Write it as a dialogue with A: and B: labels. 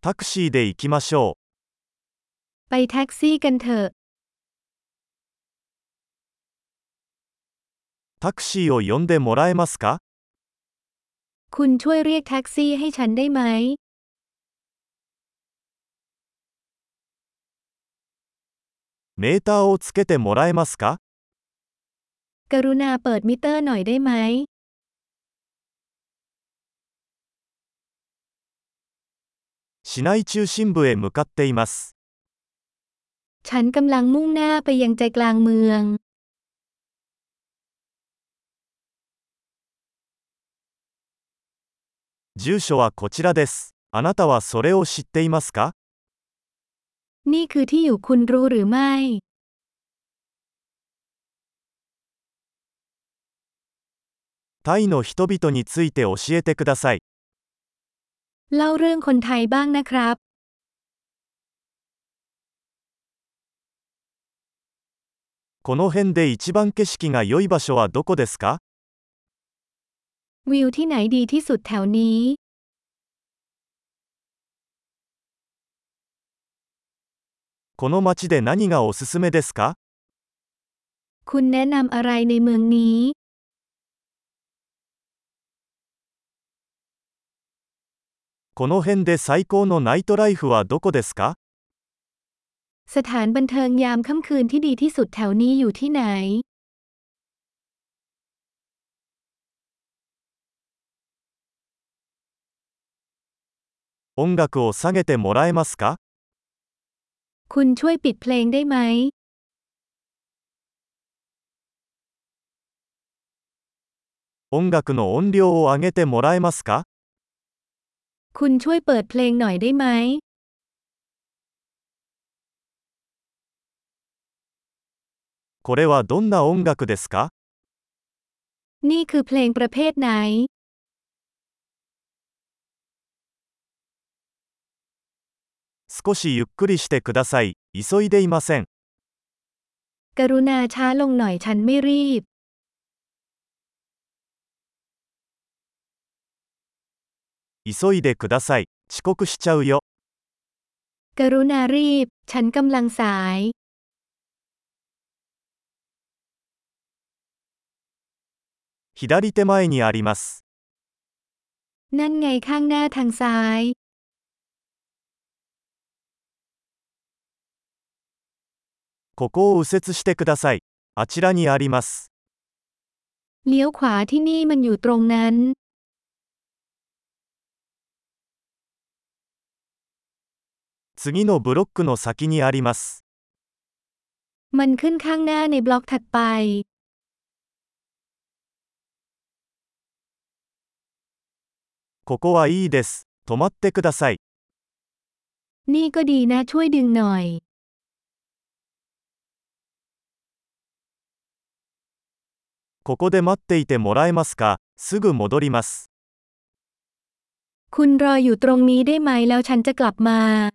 A: タクシーで行きましょう。
B: ไปแท็กซี่กันเถอะ
A: タクシーを呼んでもらえますか
B: คุณช่วยเรียกแท็กซี่ให้ฉันได้ไหม
A: メーターをつけてもらえますか
B: กรุณาเปิดมิเตอร์หน่อยได้ไหม
A: 市内中心部へ向かっています。
B: ฉันกำลังมุ่งหน้าไปยังใจกลางเมือง
A: 住所はこちらです。あなたはそれを知っていますか
B: นี่คือที่อยู่คุณรู้หรือไม่
A: タイの人々について教えてください。
B: เล่าเรื่องคนไทยบ้างนะครับ
A: この辺で一番景色が良い場所はどこですか
B: วิวที่ไหนดีที่สุดแถวนี้
A: この街で何がおすすめですか
B: คุณแนะนำอะไรในเมืองนี้
A: この辺で最高のナイトライフはどこですか
B: สถานบันเทิงยามค่ำคืนที่ดีที่สุดแถวนี้อยู่ที่ไหน
A: 音楽を下げてもらえますか
B: คุณช่วยปิดเพลงได้ไหม
A: 音楽の音量を上げてもらえますか
B: คุณช่วยเปิดเพลงหน่อยได้ไหม
A: これはどんな音楽ですか
B: นี่คือเพลงประเภทไหน
A: 少しゆっくりしてください。急いでいません。
B: กรุณาช้าลงหน่อยฉันไม่รีบ
A: 急いでください。遅刻しちゃうよ。
B: กรุณารีบ ฉันกำลังสาย
A: 左手前にあります。
B: นั่นไงข้างหน้าทางซ้าย
A: ここを右折してください。あちらにあります。
B: เลี้ยวขวาที่นี่มันอยู่ตรงนั้น
A: 次のブロックの先にあります。
B: มันขึ้นข้างหน้าในบล็อกถัดไป
A: ここはいいです。止まってください。
B: นี่ก็ดีนะช่วยดึงหน่อย
A: ここで待っていてもらえますかすぐ戻ります。
B: คุณรออยู่ตรงนี้ได้ไหมแล้วฉันจะกลับมา